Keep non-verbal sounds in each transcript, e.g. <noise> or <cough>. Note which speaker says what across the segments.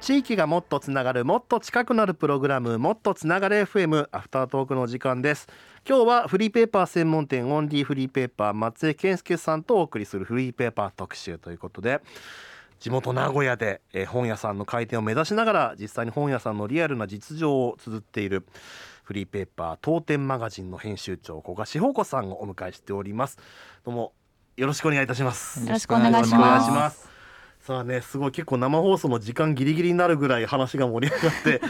Speaker 1: 地域がもっとつながるもっと近くなるプログラムもっとつながる FM アフタートークの時間です今日はフリーペーパー専門店オンリーフリーペーパー松江健介さんとお送りするフリーペーパー特集ということで地元名古屋で、えー本屋さんの開店を目指しながら実際に本屋さんのリアルな実情を綴っているフリーペーパー当店マガジンの編集長古賀志保子さんをお迎えしておりますどうもよろしくお願いいたします
Speaker 2: よろしくお願いします
Speaker 1: お願いしますさあねすごい結構生放送の時間ギリギリになるぐらい話が盛り上がって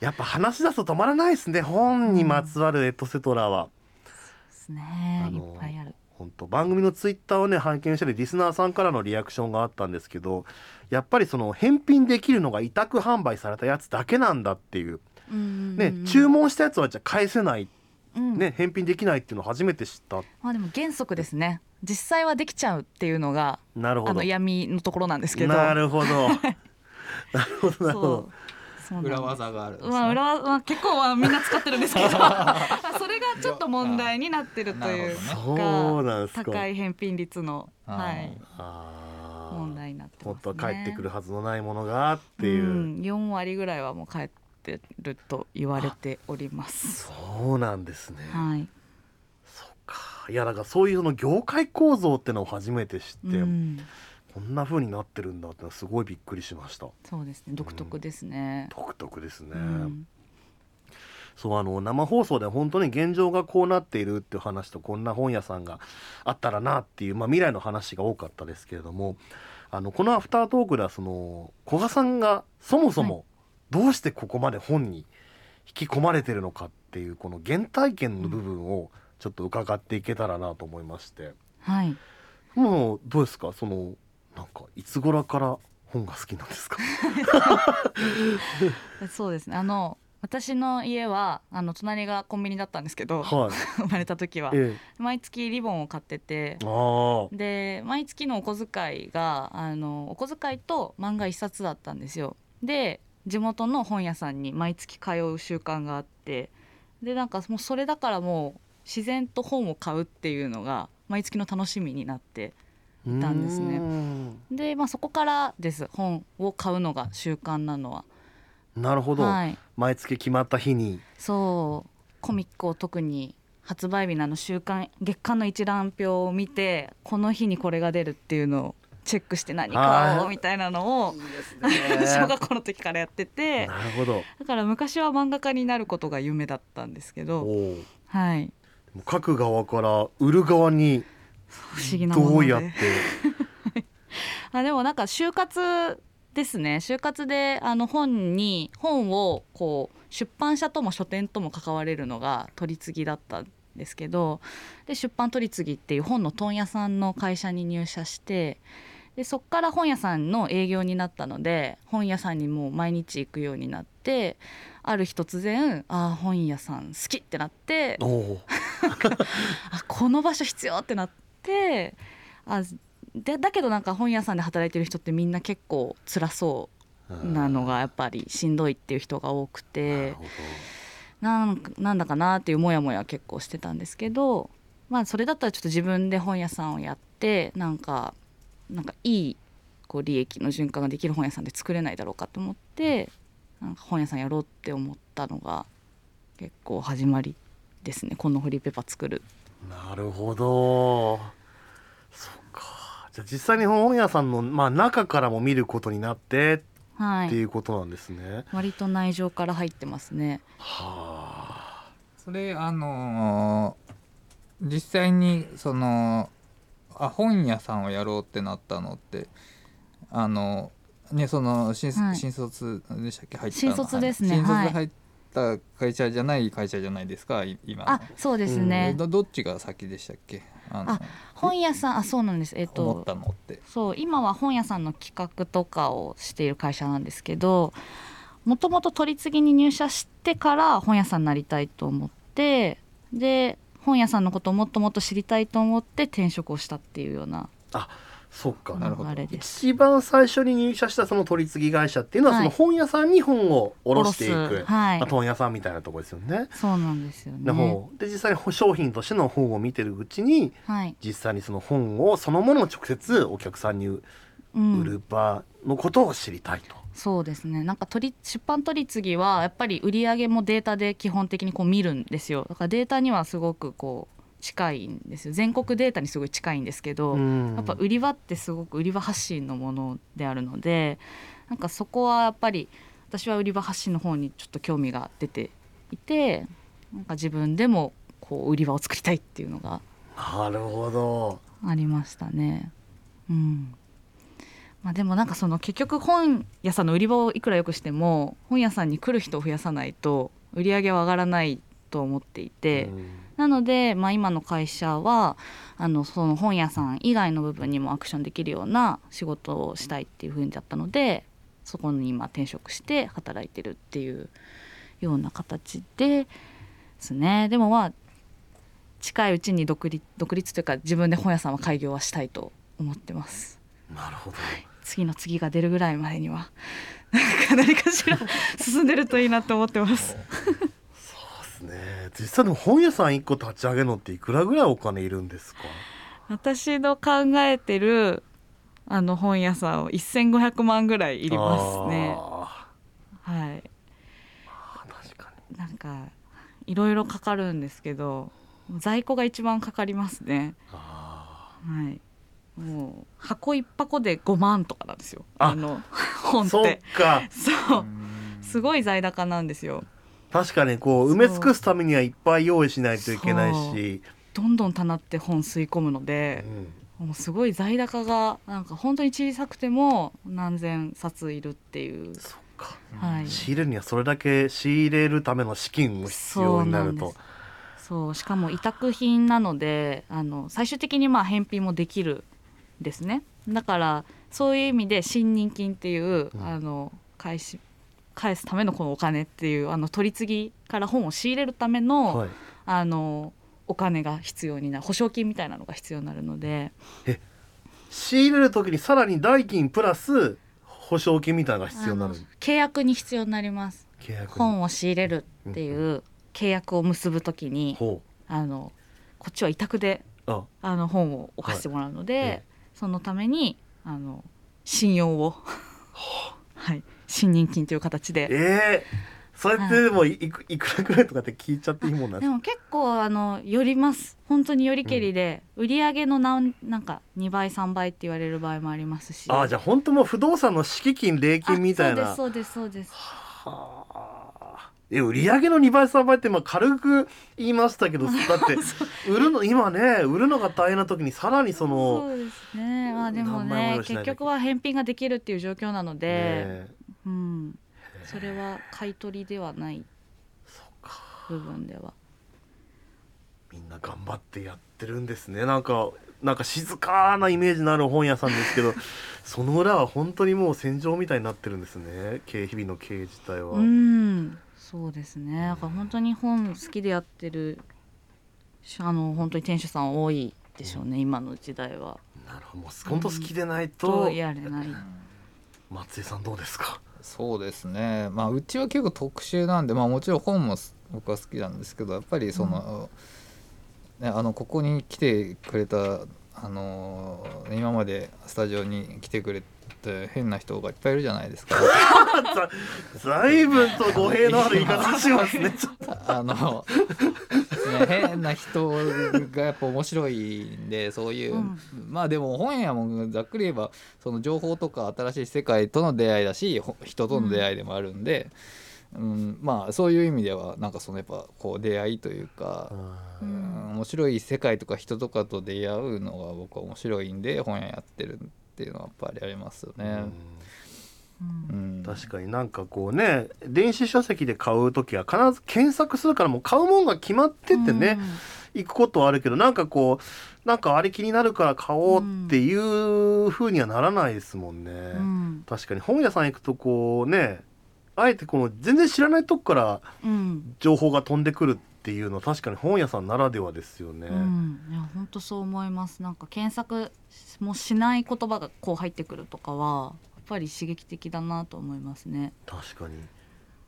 Speaker 1: <laughs> やっぱ話し出すと止まらないですね本にまつわるエトセトラは、
Speaker 2: ですね
Speaker 1: あ。
Speaker 2: いっ
Speaker 1: の
Speaker 2: ぱいある。
Speaker 1: 本当番組のツイッターをね拝見してリスナーさんからのリアクションがあったんですけどやっぱりその返品できるのが委託販売されたやつだけなんだっていう、ね注文したやつはじゃあ返せない、
Speaker 2: 文
Speaker 1: ね、返品できないっていうのを初めて知った
Speaker 2: まあでも原則ですね。実際はできちゃうっていうのが
Speaker 1: なるほど
Speaker 2: あの闇のところなんですけど。
Speaker 1: なるほ
Speaker 2: <laughs>
Speaker 1: どなるほどなるほど
Speaker 2: そう。そうなんです
Speaker 3: 裏。技があるんですね
Speaker 2: まあ裏はまあ結構はみんな使ってるん
Speaker 1: <laughs>
Speaker 2: ですけど、それがちょっと問題になってるという
Speaker 3: なる
Speaker 2: ほどね
Speaker 1: そうなんですか
Speaker 2: 高い返品率のはい
Speaker 1: あー
Speaker 2: 問題になってます
Speaker 1: 本
Speaker 2: ね。
Speaker 1: 当は返ってくるはずのないものがっていう、
Speaker 2: ん4割ぐらいはもう返ってると言われております。
Speaker 1: そうなんですね、
Speaker 2: はい。
Speaker 1: そっかいやだからそういうその業界構造ってのを初めて知って、
Speaker 2: うん
Speaker 1: こんな風になってるんだってのはすごいびっくりしました
Speaker 2: そうですね。独特ですね。
Speaker 1: 独特ですね、
Speaker 2: うん
Speaker 1: そうあの生放送で本当に現状がこうなっているっていう話とこんな本屋さんがあったらなっていう、まあ、未来の話が多かったですけれどもあのこのアフタートークではその古賀さんがそもそもどうしてここまで本に引き込まれてるのかっていうこの原体験の部分をちょっと伺っていけたらなと思いまして
Speaker 2: はい。
Speaker 1: もうどうですかそのなんかいつ頃から本が好きなんですか
Speaker 2: そうですねあの私の家はあの隣がコンビニだったんですけど
Speaker 1: はい、
Speaker 2: 生まれた時は
Speaker 1: ええ、
Speaker 2: 毎月リボンを買ってて
Speaker 1: ああ
Speaker 2: で毎月のお小遣いがあのお小遣いと漫画一冊だったんですよで地元の本屋さんに毎月通う習慣があってでなんかもうそれだからもう自然と本を買うっていうのが毎月の楽しみになって
Speaker 1: い
Speaker 2: たんですね
Speaker 1: ね
Speaker 2: で、まあ、そこからです本を買うのが習慣なのは。
Speaker 1: なるほど、
Speaker 2: はい
Speaker 1: 毎月決まった日に
Speaker 2: そうコミックを特に発売日のあの週刊月間の一覧表を見てこの日にこれが出るっていうのをチェックして何買
Speaker 1: はい
Speaker 2: お
Speaker 1: う
Speaker 2: みたいなのを <laughs> <laughs> 小
Speaker 1: な
Speaker 2: 学校の時からやってて
Speaker 1: るほど
Speaker 2: だから昔は漫画家になることが夢だったんですけ
Speaker 1: お
Speaker 2: ど、
Speaker 1: お
Speaker 2: はい、
Speaker 1: 書く側から売る側に
Speaker 2: 不思議なも
Speaker 1: ど
Speaker 2: の
Speaker 1: うや
Speaker 2: <laughs>
Speaker 1: って
Speaker 2: であでもなんか就活ですね就活であの本に本をこう出版社とも書店とも関われるのが取り次ぎだったんですけどで出版取り次ぎっていう本の問屋さんの会社に入社してでそっから本屋さんの営業になったので本屋さんにもう毎日行くようになってある日突然ああ本屋さん好きってなって
Speaker 1: おお
Speaker 2: あこの場所必要ってなってあでだけどなんか本屋さんで働いてる人ってみんな結構辛そうなのがやっぱりしんどいっていう人が多く
Speaker 1: なる
Speaker 2: て
Speaker 1: ほ
Speaker 2: なんなんだかなっていうモヤモヤ結構してたんですけど、まあ、それだったらちょっと自分で本屋さんをやってなんかなんかいいこう利益の循環ができる本屋さんで作れないだろうかと思ってなんか本屋さんやろうって思ったのが結構始まりですねこのフリーペーパー作る
Speaker 1: どなるほどそっかじゃあ実際に本屋さんの、まあ、中からも見ることになって
Speaker 2: はい、
Speaker 1: っていうことなんですね、
Speaker 2: 割と内情から入ってますね。
Speaker 1: はあ
Speaker 3: それあのー実際にそのあ本屋さんをやろうってなったのってあのねその新,、
Speaker 2: はい
Speaker 3: 新卒でしたっけ入ったの
Speaker 2: 新卒ですね
Speaker 3: はい新卒
Speaker 2: は
Speaker 3: で
Speaker 2: い
Speaker 3: 入った会社じゃない会社じゃないですかい今の
Speaker 2: あ、そうです
Speaker 3: え
Speaker 2: ね。
Speaker 3: どどっちが先でしたっけあの
Speaker 2: あ本屋さん、あ、そうなんです。えっ
Speaker 3: 思っ
Speaker 2: と、
Speaker 3: たのって
Speaker 2: そう、今は本屋さんの企画とかをしている会社なんですけど。もともと取り次ぎに入社してから本屋さんになりたいと思って。で、本屋さんのことをもっともっと知りたいと思って転職をしたっていうような
Speaker 1: そっか
Speaker 3: なるほど
Speaker 2: 流れです。
Speaker 1: 一番最初に入社したその取り次ぎ会社っていうのは、
Speaker 2: は
Speaker 1: そ
Speaker 2: い
Speaker 1: の本屋さんに本を卸していく、
Speaker 2: 卸すはい
Speaker 1: まあ、。本屋さんみたいなところですよね。
Speaker 2: そうなんですよ
Speaker 1: で
Speaker 2: ね。
Speaker 1: 本で実際に商品としての本を見てるうちに
Speaker 2: はい。
Speaker 1: 実際にその本をそのものを直接お客さんに
Speaker 2: うん
Speaker 1: 売る場のことを知りたいと。
Speaker 2: そうですねなんか取り出版取り次ぎはやっぱり売り上げもデータで基本的にこう見るんですよだからデータにはすごくこう近いんですよ全国データにすごい近いんですけど、
Speaker 1: うん
Speaker 2: やっぱ売り場ってすごく売り場発信のものであるのでなんかそこはやっぱり私は売り場発信の方にちょっと興味が出ていてなんか自分でもこう売り場を作りたいっていうのが
Speaker 1: なるほど。
Speaker 2: ありましたね。うん。まあでもなんかその結局本屋さんの売り場をいくら良くしても本屋さんに来る人を増やさないと売り上げは上がらないと思っていて、
Speaker 1: うん
Speaker 2: なのでまあ今の会社はあのその本屋さん以外の部分にもアクションできるような仕事をしたいっていう風にだったのでそこに今転職して働いてるっていうような形でですねでもまあ近いうちに独立独立というか自分で本屋さんは開業はしたいと思ってます
Speaker 1: なるほど。
Speaker 2: 次の次が出るぐらいまでには <laughs> なんか何かしら進んでるといいなと思ってます
Speaker 1: そうですね。実際でも本屋さん一個立ち上げるのっていくらぐらいお金いるんですか。
Speaker 2: 私の考えてるあの本屋さんを1500万ぐらいい
Speaker 1: い
Speaker 2: りますね
Speaker 1: あ
Speaker 2: はい
Speaker 1: ー確か
Speaker 2: なんかいろいろかかるんですけど在庫が一番かかりますね
Speaker 1: に。あ
Speaker 2: はいもう箱一箱で5万とかなんですよ
Speaker 1: あ
Speaker 2: あの
Speaker 1: あ。
Speaker 2: 本っ
Speaker 1: そってか。
Speaker 2: そううんすごい残高なんですよ
Speaker 1: 確かにこう埋め尽くすためにはいっぱい用意しないといけないし。
Speaker 2: どんどんたなって本吸い込むの
Speaker 1: う
Speaker 2: で
Speaker 1: ん
Speaker 2: もうすごい在高がなんか本当に小さくても何千冊いるっていう、
Speaker 1: そっか。
Speaker 2: はい、
Speaker 1: 仕入れるにはそれだけ仕入れるための資金も必要になる
Speaker 2: そうなん
Speaker 1: と
Speaker 2: で。そうしかも委託品なのであの最終的にまあ返品もできるんですねだからそういう意味で信任金っていう、
Speaker 1: うん
Speaker 2: あの返し返すためのこのお金っていうあの取り次ぎから本を仕入れるための,、
Speaker 1: はい。
Speaker 2: あのお金が必要になる保証金みたいなのが必要になるので
Speaker 1: 仕入れる時にさらに代金プラス保証金みたいなのが必要になる
Speaker 2: あの契約に必要になります
Speaker 1: 契約に
Speaker 2: 本を仕入れるっていう契約を結ぶときに、
Speaker 1: ほ
Speaker 2: あのこっちは委託で
Speaker 1: うあ
Speaker 2: あの本を置かせてもらうので、
Speaker 1: はいええ
Speaker 2: そのためにあの信用を、はい、信任金という形で。
Speaker 1: ええそれってでもいいくいくらぐらいとかって聞いちゃっていいもんなんで
Speaker 2: です
Speaker 1: か
Speaker 2: も結構あのよります本当によりけりで、売り上げのなんなんか2倍3倍って言われる場合もありますし
Speaker 1: ああじゃあ本当もう不動産の敷金礼金みたいな
Speaker 2: あそうですそうですそうです
Speaker 1: はあえ売り上げの2倍3倍ってまあ軽く言いました
Speaker 2: <laughs>
Speaker 1: けどだって売るの今ね売るのが大変な時にさらにその
Speaker 2: そうですねまあでも
Speaker 1: 何枚も
Speaker 2: ね
Speaker 1: 用意しないと
Speaker 2: 結局は返品ができるっていう状況なので、
Speaker 1: ね
Speaker 2: うん、それは買い取りではない
Speaker 1: そっか
Speaker 2: 部分では
Speaker 1: みんな頑張ってやってるんですねなんかなんか静かなイメージのある本屋さんですけ
Speaker 2: <laughs>
Speaker 1: どその裏は本当にもう戦場みたいになってるんですね経日々の経営自体は、
Speaker 2: うん、そうですね。だから本当に本好きでやってるしあの本当に店主さん多いでしょうね、今の時代は。
Speaker 1: なるほどもう本当好きでない
Speaker 2: と
Speaker 1: と、
Speaker 2: やれない。
Speaker 1: 松井さんどうですか
Speaker 3: そうですねまあうちは結構特殊なんでまあもちろん本もす僕は好きなんですけどやっぱりその、ね、あのここに来てくれたあの今までスタジオに来てくれて変な人がいっぱいいるじゃないですか
Speaker 1: ざいぶんと語弊のある言い方します
Speaker 2: <laughs>
Speaker 1: ねちょっと
Speaker 3: あの、ね、変な人がやっぱ面白いんでそういう、
Speaker 2: うん
Speaker 3: まあでも本屋もざっくり言えばその情報とか新しい世界との出会いだしほ人との出会いでもあるんで、うんまあそういう意味ではなんかそのやっぱこう出会いというか、
Speaker 2: う
Speaker 3: うんん面白い世界とか人とかと出会うのが僕は面白いんで本屋やってるっていうのはやっぱりありますよね。
Speaker 2: うん
Speaker 3: うん
Speaker 1: 確かになんかこうね電子書籍で買う時は必ず検索するからもう買うもんが決まっててね、行くことはあるけどなんかこうなんかあれ気になるから買おうっていう風にはならないですもんね、
Speaker 2: うん。うん
Speaker 1: 確かに本屋さん行くとこうねあえてこの全然知らないとこから
Speaker 2: うん
Speaker 1: 情報が飛んでくるっていうのは確かに本屋さんならではですよね、
Speaker 2: うん、いや本当そう思いますなんか検索もしない言葉がこう入ってくるとかはやっぱり刺激的だなと思いますね。
Speaker 1: 確かに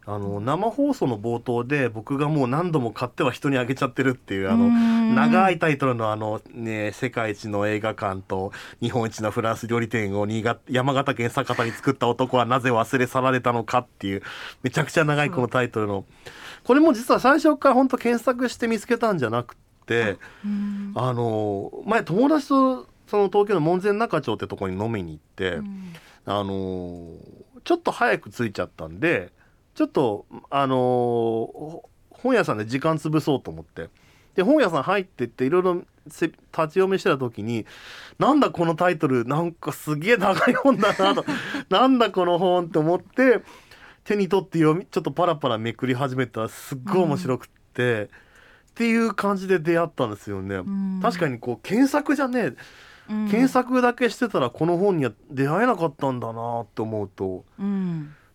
Speaker 1: あの生放送の冒頭で僕がもう何度も買っては人にあげちゃってるっていうあの長
Speaker 2: 長
Speaker 1: いタイトルのあのね世界一の映画館と日本一のフランス料理店を新潟山形県酒田に作った男はなぜ忘れ去られたのかっていうめちゃくちゃ長いこのタイトルのこれも実は最初から本当検索して見つけたんじゃなくてあの前友達とその東京の門前仲町ってとこに飲みに行って。あのーちょっと早く着いちゃったんでちょっとあのーほ本屋さんで時間潰そうと思ってで本屋さん入ってっていろいろせ立ち読みしてた時になんだこのタイトルなんかすげえ長い本だなとなんだこの本って思って手に取って読みちょっとパラパラめくり始めたらすっごい面白くって、っていう感じで出会ったんですよね。確かにこう検索じゃねえ
Speaker 2: に
Speaker 1: 検索だけしてたらこの本には出会えなかったんだなって思うと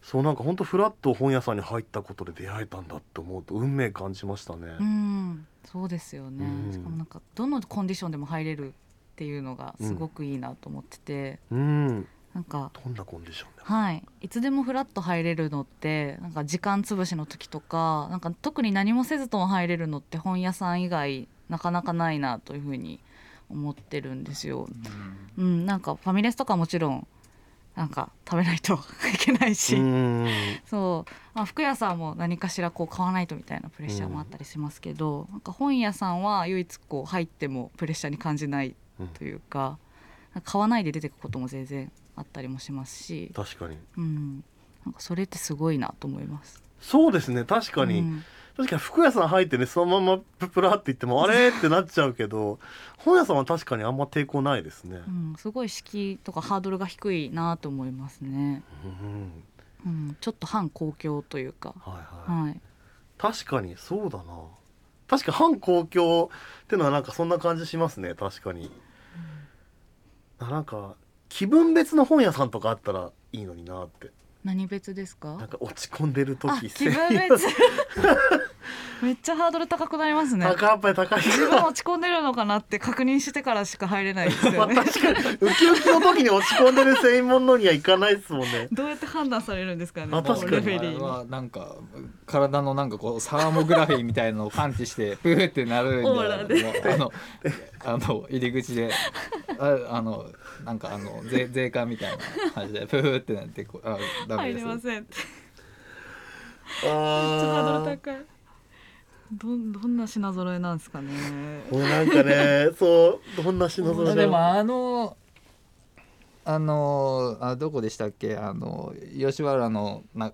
Speaker 1: そうなんかほんとフラッと本屋さんに入ったことで出会えたんだって思うと運命感じましたね。
Speaker 2: うん、そうですよね、
Speaker 1: うん
Speaker 2: しかもなんかどのコンディションでも入れるっていうのがすごくいいなと思ってて、
Speaker 1: うん、
Speaker 2: なんか
Speaker 1: どんなコンディションだ
Speaker 2: はいいつでもフラッと入れるのってなんか時間つぶしの時とかなんか特に何もせずとも入れるのって本屋さん以外なかなかないなというふうに思ってるんですよ。うん、なんかファミレスとかもちろんなんか食べないといけないし、
Speaker 1: うん
Speaker 2: そう、まあ、服屋さんも何かしらこう買わないとみたいなプレッシャーもあったりしますけど、なんか本屋さんは唯一こう入ってもプレッシャーに感じないというか,、買わないで出てくことも全然あったりもしますし、
Speaker 1: 確かに
Speaker 2: うん、なんかそれってすごいなと思います。
Speaker 1: そうですね確かに、
Speaker 2: うん
Speaker 1: 確かに服屋さん入ってねそのままププラって言って
Speaker 2: <laughs>
Speaker 1: もあれってなっちゃうけど本屋さんは確かにあんま抵抗ないですね。
Speaker 2: うんすごい敷居とかハードルが低いなと思いますね、
Speaker 1: うん
Speaker 2: うん、ちょっと反公共というか、
Speaker 1: はいはい
Speaker 2: はい、
Speaker 1: 確かにそうだな確か反公共ってのはなんかそんな感じしますね確かに、なんか気分別の本屋さんとかあったらいいのになって
Speaker 2: 何別です
Speaker 1: なん
Speaker 2: か
Speaker 1: か落ち込んでる
Speaker 2: あ
Speaker 1: 時
Speaker 2: 気分
Speaker 1: 専用
Speaker 2: 別 <laughs> めっちゃハードル高くなります <laughs> ね
Speaker 1: 高やっぱり高い
Speaker 2: 自分落ち込んでるのかなって確認してからしか入れないですよね
Speaker 1: まあ確かにウキウキの時に落ち込んでる専門のにはいかないですもんね
Speaker 2: どうやって判断されるんですかね
Speaker 1: あ確かに
Speaker 2: レフェリ
Speaker 3: あれ
Speaker 2: ーの
Speaker 3: はなんか体のなんかこうサーモグラフィーみたいのを感
Speaker 2: <laughs>
Speaker 3: 知してプーってなるんじゃない
Speaker 2: オー
Speaker 3: あのあの入り口でああのなんかあの税税関みたいな感じでプーってなってこうあダメ
Speaker 2: 入
Speaker 3: で
Speaker 2: れ
Speaker 3: す
Speaker 2: ませんってめっちゃハード
Speaker 1: あ
Speaker 2: ル高いどんどんな品揃えなんですかね
Speaker 1: ーもうなんかねそうどんな品
Speaker 3: あ
Speaker 1: ぞ
Speaker 3: でもあのあのあどこでしたっけあの吉原の中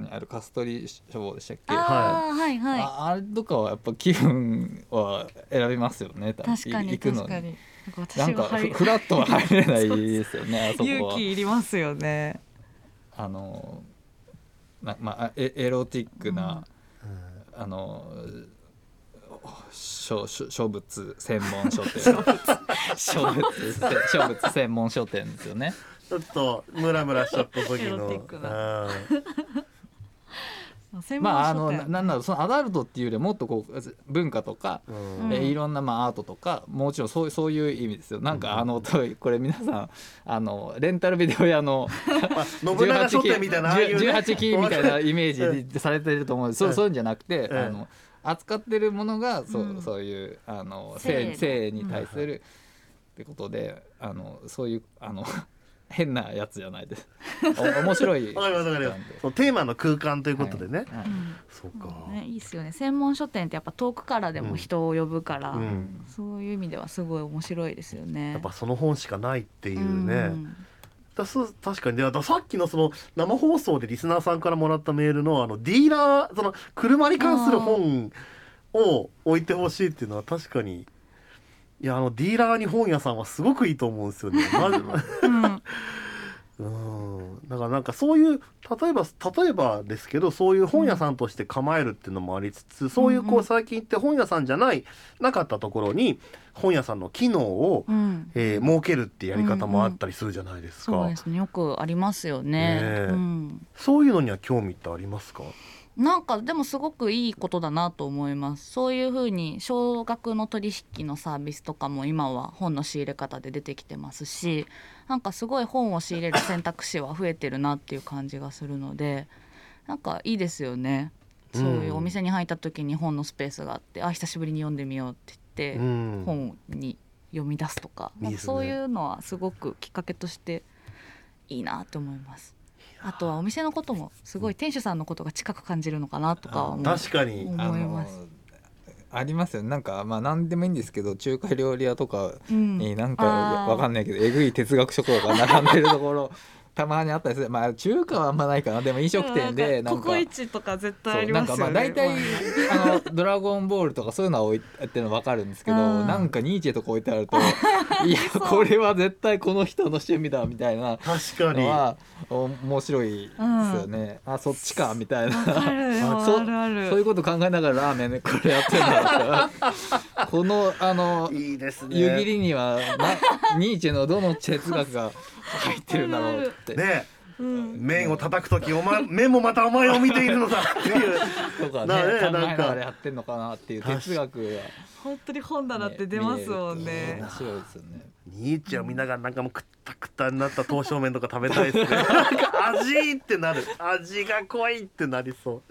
Speaker 3: にあるカストリ処方でしたっけ
Speaker 2: あーはいはい
Speaker 3: ああれとかはやっぱ気分は選びますよね多分
Speaker 2: 確か
Speaker 3: い
Speaker 2: に
Speaker 3: 行くの
Speaker 2: 確かになんか私
Speaker 3: なん
Speaker 2: は
Speaker 3: か
Speaker 2: 入
Speaker 3: フ <laughs>
Speaker 2: る
Speaker 3: フラットは入れないですよ <laughs> ねあそこ
Speaker 2: 勇
Speaker 3: は
Speaker 2: 気いりますよね
Speaker 3: あのなまあエエロティックな、あの書書書物専門 <laughs> 書店書物書物専門書店ですよね
Speaker 1: ちょっとムラムラしちゃった時
Speaker 2: エ
Speaker 1: の
Speaker 2: ロティック
Speaker 1: うん
Speaker 2: 専門
Speaker 3: まああ
Speaker 2: 書
Speaker 3: の
Speaker 2: 店
Speaker 3: ななんだろうそのアダルトっていうよりはもっとこう文化とか、
Speaker 1: うん
Speaker 3: えーいろんなまあアートとかもちろんそうそういう意味ですよなんかあのとこれ皆さんあのレンタルビデオ屋の
Speaker 1: あ信長書店みたいなああ <laughs> いうね
Speaker 3: 18期みたいなイメージでされてると思うんです、
Speaker 1: うん
Speaker 3: そうそういうんじゃなくて、
Speaker 1: うん
Speaker 3: あの扱ってるものがそう,、
Speaker 2: うん
Speaker 3: そういうあの
Speaker 2: 性の
Speaker 3: 性性に対するってことであのそういうあの <laughs> 変なやつじゃな
Speaker 1: <laughs>
Speaker 3: いですお面白い
Speaker 1: わかりますわかりま
Speaker 3: なん
Speaker 1: す
Speaker 3: で。
Speaker 1: そのテーマの空間ということでね。
Speaker 3: はい
Speaker 2: うん
Speaker 1: そうか。
Speaker 2: ね、いいっすよね専門書店ってやっぱ遠くからでも人を呼ぶから、
Speaker 1: うん。
Speaker 2: そういう意味ではすごい面白いですよね。
Speaker 1: やっぱその本しかないっていうね。
Speaker 2: うん
Speaker 1: だそう確かにで、あとさっきのその生放送でリスナーさんからもらったメールのあのディーラーその車に関する本を置いてほしいっていうのは確かに。いやあのディーラーに本屋さんはすごくいいと思うんですよね。まず
Speaker 2: うん
Speaker 1: うん、だからなんかそういう例えば例えばですけどそういう本屋さんとして構えるっていうのもありつつ、そういう
Speaker 2: うん
Speaker 1: こう
Speaker 2: う
Speaker 1: ん最近って本屋さんじゃないなかったところに本屋さんの機能を、
Speaker 2: うん
Speaker 1: えー設けるってやり方もあったりするじゃないですか、
Speaker 2: そうですねよくありますよね。
Speaker 1: ねえ
Speaker 2: うん、
Speaker 1: そういうのには興味ってありますか、
Speaker 2: なんかでもすごくいいことだなと思います。そういうふうに少額の取引のサービスとかも今は本の仕入れ方で出てきてますしなんかすごい本を仕入れる選択肢は増えてるなっていう感じがするのでなんかいいですよねそういうお店に入った時に本のスペースがあって、あ久しぶりに読んでみようって言って、
Speaker 1: ん
Speaker 2: 本に読み出すとか
Speaker 1: いいですね
Speaker 2: なんかそういうのはすごくきっかけとしていいなと思います。あとはお店のこともすごい店主さんのことが近く感じるのかなとかは思う
Speaker 1: 確かに、
Speaker 2: 思います
Speaker 3: ありますよねなんかまあ何でもいいんですけど中華料理屋とか
Speaker 2: うん
Speaker 3: になんか
Speaker 2: あー
Speaker 3: わかんないけどえぐい哲学書とかが並んでるところ
Speaker 2: <laughs>
Speaker 3: たまにあったりするまあ中華はあんまないかなでも飲食店で
Speaker 2: うん
Speaker 3: な
Speaker 2: コ
Speaker 3: んか
Speaker 2: コイチとか絶対あ
Speaker 3: そう
Speaker 2: り
Speaker 3: な
Speaker 2: ま
Speaker 3: ん
Speaker 2: す
Speaker 3: か
Speaker 2: よね
Speaker 3: まあ大体
Speaker 2: うん
Speaker 3: あの「ドラゴンボール」とかそういうのは置いてるの分かるんですけど
Speaker 2: うん
Speaker 3: なんかニーチェとか置いてある
Speaker 2: <laughs>
Speaker 3: といやこれは絶対この人の趣味だみたいな
Speaker 1: 確かに
Speaker 3: のはお面白いですよねあそっちかみたい
Speaker 2: わか
Speaker 3: な
Speaker 2: るよ
Speaker 3: そう
Speaker 2: あるあ
Speaker 3: そ
Speaker 2: る
Speaker 3: ういうこと考えながらラーメンねこれやってんだ
Speaker 2: <laughs>
Speaker 3: からこのあの
Speaker 1: いいですね
Speaker 3: 湯切りにはなニーチェのどの哲学が入ってるんだろうって。
Speaker 1: ね
Speaker 2: うん
Speaker 1: 麺を叩くときお前麺もまたお前を見ているのだっていう
Speaker 3: とか
Speaker 1: なあ
Speaker 3: ね考
Speaker 1: ね
Speaker 3: えな
Speaker 1: なんか
Speaker 3: がらやってんのかなっていう哲学が、ね、
Speaker 2: 本当に本棚って出ますもん
Speaker 3: 見
Speaker 2: ね
Speaker 3: えると面白いですよね。
Speaker 1: ニーチェを見ながらなんかもうくったくたになった刀削麺とか食べたいですね <laughs> なんか味ってなる味が濃いってなりそう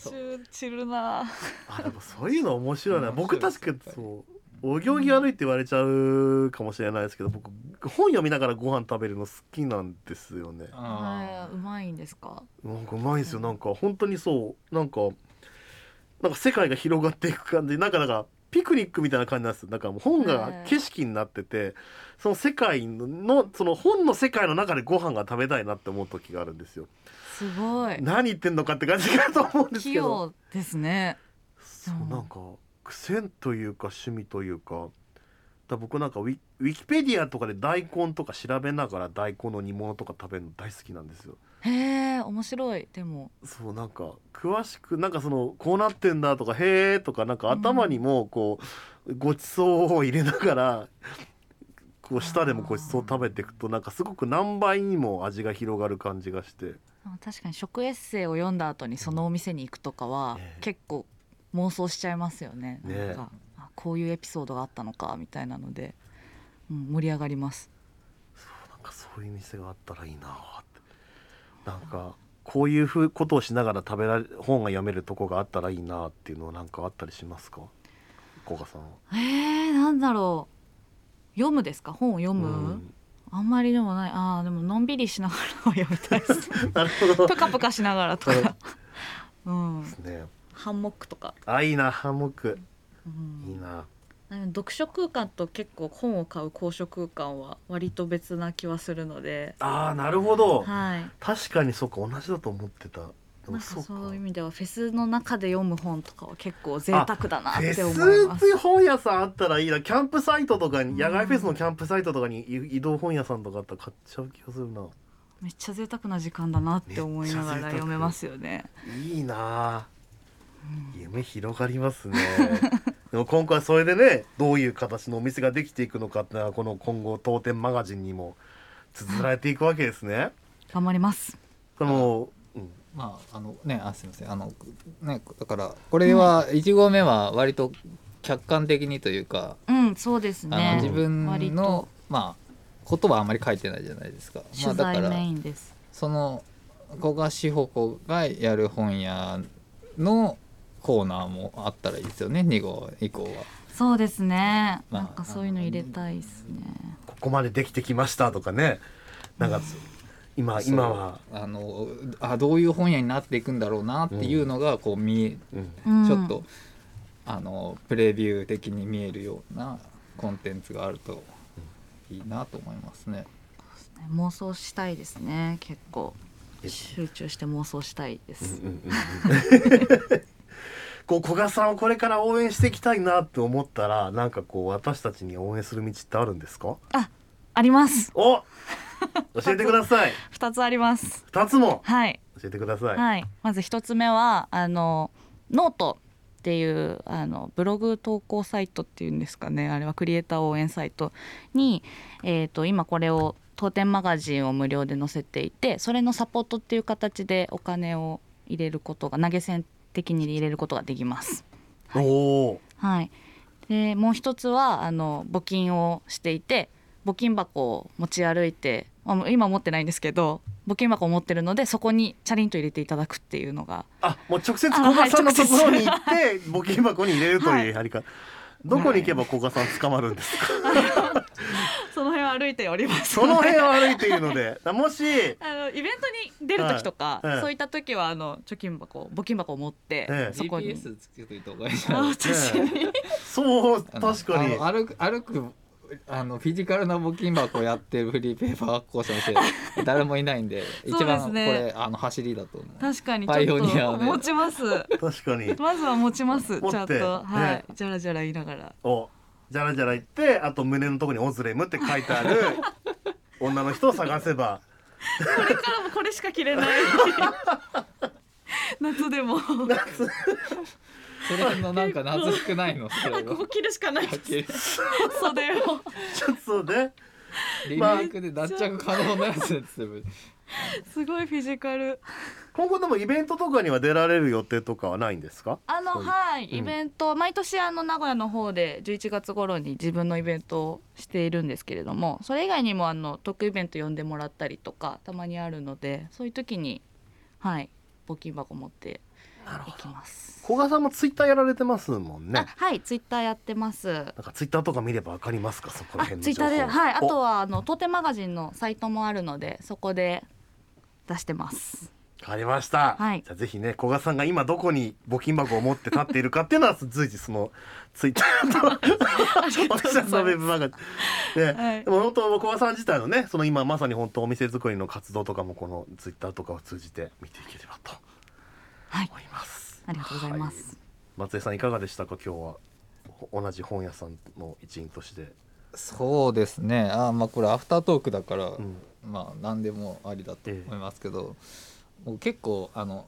Speaker 2: 集中散るな
Speaker 1: あでもそういうの面白いな
Speaker 3: 面
Speaker 1: 僕
Speaker 3: 白いです
Speaker 1: 確かにそうお行儀悪いって言われちゃうかもしれないですけど僕本読みながらご飯食べるの好きなんですよね
Speaker 3: あ
Speaker 2: うまいんですか
Speaker 1: なんかうまいんですよなんか本当にそうなんかなんか世界が広がっていく感じなんかだからピクニックみたいな感じなんですよだからもう本が
Speaker 2: うん
Speaker 1: 景色になっててその世界のその本の世界の中でご飯が食べたいなって思う時があるんですよ
Speaker 2: すごい
Speaker 1: 何言ってんのかって感じかと思うんです
Speaker 2: 器
Speaker 1: けど
Speaker 2: 用ですね
Speaker 1: そう
Speaker 2: うん
Speaker 1: なんか癖というか趣味というかだから僕なんかウィウィキペディアとかで大根とか調べながら大根の煮物とか食べるの大好きなんですよ
Speaker 2: へえ面白いでも
Speaker 1: そうなんか詳しくなんかそのこうなってんだとかへえとかなんか頭にもこう、ごちそうを入れながらこう舌でもごちそう食べていくとなんかすごく何倍にも味が広がる感じがして
Speaker 2: あ確かに食エッセイを読んだ後にそのお店に行くとかは
Speaker 1: ね
Speaker 2: 結構妄想しちゃいますよね
Speaker 1: ね
Speaker 2: なんかあこういうエピソードがあったのかみたいなので、うん、盛り上がります
Speaker 1: なんかそういう店があったらいいなあってなんかこういうふうことをしながら食べられ本が読めるとこがあったらいいなあっていうのはなんかあったりしますか古賀さんは
Speaker 2: えー、なんだろう読むですか本を読む、
Speaker 1: うん
Speaker 2: あんまりでもないあーでものんびりしながらは読みたいです
Speaker 1: <laughs>
Speaker 2: ね
Speaker 1: なるほど
Speaker 2: プカプカしながらとか <laughs> うん
Speaker 1: ね
Speaker 2: ハンモックとか、
Speaker 1: あいいなハンモック
Speaker 2: う
Speaker 1: いい
Speaker 2: ん、
Speaker 1: な
Speaker 2: 読書空間と結構本を買う公書空間は割と別な気はするので
Speaker 1: あーなるほど
Speaker 2: はい
Speaker 1: 確かにそうか同じだと思ってたでも
Speaker 2: なん
Speaker 1: そ
Speaker 2: か
Speaker 1: うか
Speaker 2: そういう意
Speaker 1: フ
Speaker 2: 味ではフェスの中で読む本とかは結構贅沢だなって思い
Speaker 1: ェス
Speaker 2: ま
Speaker 1: っ
Speaker 2: す
Speaker 1: て本屋さんあったらいいなキャンプサイトとかに野外フェスのキャンプサイトとかに移動本屋さんとかあったら買っちゃう気がするな
Speaker 2: めっちゃ贅沢な時間だなって思いなが
Speaker 1: めっちゃ贅
Speaker 2: ら
Speaker 1: 沢
Speaker 2: 読めますよね
Speaker 1: いいなあ、夢広がりますね <laughs> でも今回それでねどういう形のお店ができていくのかってのはこの今後当店マガジンにも綴られていくわけですね。
Speaker 2: 頑張ります
Speaker 1: この、うん、
Speaker 3: まああのねあすみませんあのねだからこれは1合目は割と客観的にというか、
Speaker 2: うんそうです
Speaker 3: あの
Speaker 2: ね
Speaker 3: 自分
Speaker 2: 割
Speaker 3: の
Speaker 2: と
Speaker 3: まあことはあんまり書いてないじゃないですか。まあ
Speaker 2: 取
Speaker 3: だ
Speaker 2: 材
Speaker 3: から
Speaker 2: メインです、
Speaker 3: その古賀志保子がやる本屋のコーナーもあったらいいですよね2号以降は。
Speaker 2: そうですね、
Speaker 3: まあ
Speaker 2: なんかそういうの入れたいですね
Speaker 1: ここまでできてきましたとかねなんか今
Speaker 3: そう
Speaker 1: 今は、
Speaker 3: あのあどういう本屋になっていくんだろうなっていうのがこう見え、
Speaker 1: うん、
Speaker 2: うん
Speaker 3: ちょっとあのプレビュー的に見えるようなコンテンツがあるといいなと思いますね。
Speaker 2: 妄想したいですね結構
Speaker 1: え
Speaker 2: 集中して妄想したいです、
Speaker 1: こう古賀さんをこれから応援していきたいなって思ったらなんかこう私たちに応援する道ってあるんですか
Speaker 2: あります
Speaker 1: お
Speaker 2: <laughs>
Speaker 1: 教えてください
Speaker 2: 二つあります
Speaker 1: 二つも
Speaker 2: はい
Speaker 1: 教えてください、
Speaker 2: はい、まず一つ目はあのノートっていうあのブログ投稿サイトっていうんですかねあれはクリエイター応援サイトに、えー、と今これを当店マガジンを無料で載せていてそれのサポートっていう形でお金を入れることが投げ銭的に入れることができます。はい
Speaker 1: おお
Speaker 2: はい、でもう一つはあの募金をしていて募金箱を持ち歩いてあもう今持ってないんですけど募金箱を持ってるのでそこにチャリンと入れていただくっていうのが
Speaker 1: あもう直接
Speaker 2: あ
Speaker 1: 古賀さんの
Speaker 2: はい
Speaker 1: と
Speaker 2: 直接
Speaker 1: ころに行って募金箱に入れると
Speaker 2: は
Speaker 1: いう
Speaker 2: い
Speaker 1: やり方、どこに行けば古賀さん捕まるんですか
Speaker 2: その辺を歩いております
Speaker 1: その辺を歩いているので <laughs> もし
Speaker 2: <laughs> あのイベントに出る時とか、
Speaker 1: はいええ
Speaker 2: そういった時はあの貯金箱募金箱を持って、
Speaker 1: ええ
Speaker 2: そこに。
Speaker 3: GPS つけといた方がいいじゃ
Speaker 2: あ
Speaker 3: ない
Speaker 2: 私に、
Speaker 1: そう確かに
Speaker 3: あの歩く歩くあのフィジカルな募金箱やってるフリーペーパー発行者の人
Speaker 2: <laughs>
Speaker 3: 誰もいないんで
Speaker 2: そう
Speaker 3: 一番
Speaker 2: です
Speaker 3: こ
Speaker 2: ね
Speaker 3: れあの走りだと思う。
Speaker 2: 確かに
Speaker 3: パイ
Speaker 2: ち
Speaker 3: オ
Speaker 2: ょっ
Speaker 3: ニアを
Speaker 2: と
Speaker 3: ね
Speaker 2: 持ちます。
Speaker 1: 確かに
Speaker 2: まずは持ちます。
Speaker 1: 持って
Speaker 2: ちゃんとは
Speaker 1: ね
Speaker 2: い、じゃらじゃら言いながら。
Speaker 1: おじゃらじゃら言ってあと胸のとこに「オズレム」って書いてあ
Speaker 2: <laughs>
Speaker 1: る女の人を探せば
Speaker 2: これからもこれしか
Speaker 1: <laughs>
Speaker 2: 着れない。夏でも、あ
Speaker 3: それのなんか懐くないの
Speaker 2: <laughs>
Speaker 3: それ
Speaker 2: ここ
Speaker 3: は。
Speaker 2: 着るしかないです。袖を。
Speaker 1: ちょっとね
Speaker 3: リメイクで脱着可能なやつですよ。
Speaker 2: すごいフィジカル。
Speaker 1: 今後でもイベントとかには出られる予定とかはないんですか
Speaker 2: あの
Speaker 1: そういう
Speaker 2: はい、
Speaker 1: ん
Speaker 2: イベント毎年あの名古屋の方で11月頃に自分のイベントをしているんですけれどもそれ以外にもあの特イベント呼んでもらったりとかたまにあるのでそういう時にはい募金箱持っていきます。
Speaker 1: 古賀さんもツイッターやられてますもんね
Speaker 2: あはいツイッターやってます。
Speaker 1: なんかツイッターとか見ればわかりますかそこら
Speaker 2: あ
Speaker 1: 辺の
Speaker 2: ツイッ
Speaker 1: 情
Speaker 2: タ
Speaker 1: 報
Speaker 2: ーではいあと
Speaker 1: お
Speaker 2: はあの当店マガジンのサイトもあるのでそこで出し
Speaker 1: <laughs>
Speaker 2: てます。
Speaker 1: わかりました、
Speaker 2: はい
Speaker 1: じゃあぜひね古賀さんが今どこに募金箱を持って立っているかっていう
Speaker 2: <laughs>
Speaker 1: のは随時そのツイッターとおしゃれのウェブマガジンで、
Speaker 2: はい
Speaker 1: でも本当古賀さん自体のねその今まさに本当お店作りの活動とかもこのツイッターとかを通じて見ていければと
Speaker 2: はい
Speaker 1: 思います
Speaker 2: ありがとうございます。
Speaker 1: は松江さんいかがでしたか今日はほ同じ本屋さんの一員として、
Speaker 3: そうですね。あまあこれアフタートークだから、
Speaker 1: うん
Speaker 3: まあ何でもありだと思いますけど、もう結構あの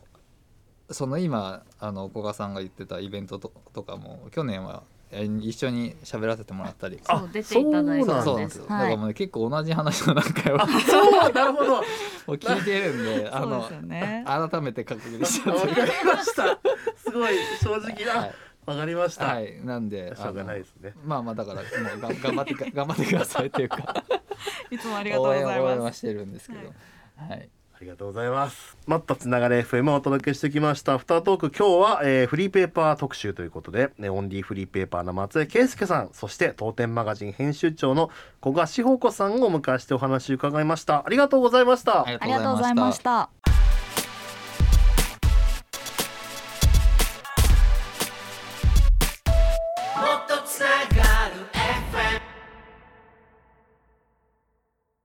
Speaker 3: その今あの古賀さんが言ってたイベントととかも去年はえ一緒に喋らせてもらったり。
Speaker 1: あ
Speaker 2: そう出ていただいた
Speaker 1: そ
Speaker 3: そ
Speaker 2: ん
Speaker 3: うなん
Speaker 2: で
Speaker 3: です
Speaker 2: す。
Speaker 3: よ。だ
Speaker 2: は
Speaker 3: か
Speaker 2: い
Speaker 3: ら。もう結構同じ話を何回
Speaker 2: <laughs>
Speaker 3: も
Speaker 1: そうなるほど
Speaker 3: 聞いてるんで、あ
Speaker 2: そうで
Speaker 3: の
Speaker 2: すよね。
Speaker 3: 改めて確認しちゃ
Speaker 1: わ <laughs>
Speaker 3: っ
Speaker 1: か
Speaker 3: て
Speaker 1: りましたすごい正直な
Speaker 3: は
Speaker 1: わ、かりまし
Speaker 3: い、
Speaker 1: た、
Speaker 3: はい、なんで、
Speaker 1: しょうがないですね
Speaker 3: あのまあまあだからもうが頑張ってか頑張ってくださいというか、
Speaker 2: いつもありがとう
Speaker 3: 応
Speaker 2: ござい
Speaker 3: 援応援
Speaker 2: ま
Speaker 3: は
Speaker 2: す。
Speaker 3: してるんですけど、はい、
Speaker 1: ありがとうございます。マットつながれ FM をお届けしてきました。アフタートーク今日は、えーフリーペーパー特集ということで、ね、オンリーフリーペーパーの松江圭介さん、そして当店マガジン編集長の古賀志保子さんをお迎えしてお話を伺いました。ありがとうございました。
Speaker 3: あり
Speaker 2: ありがとうございました。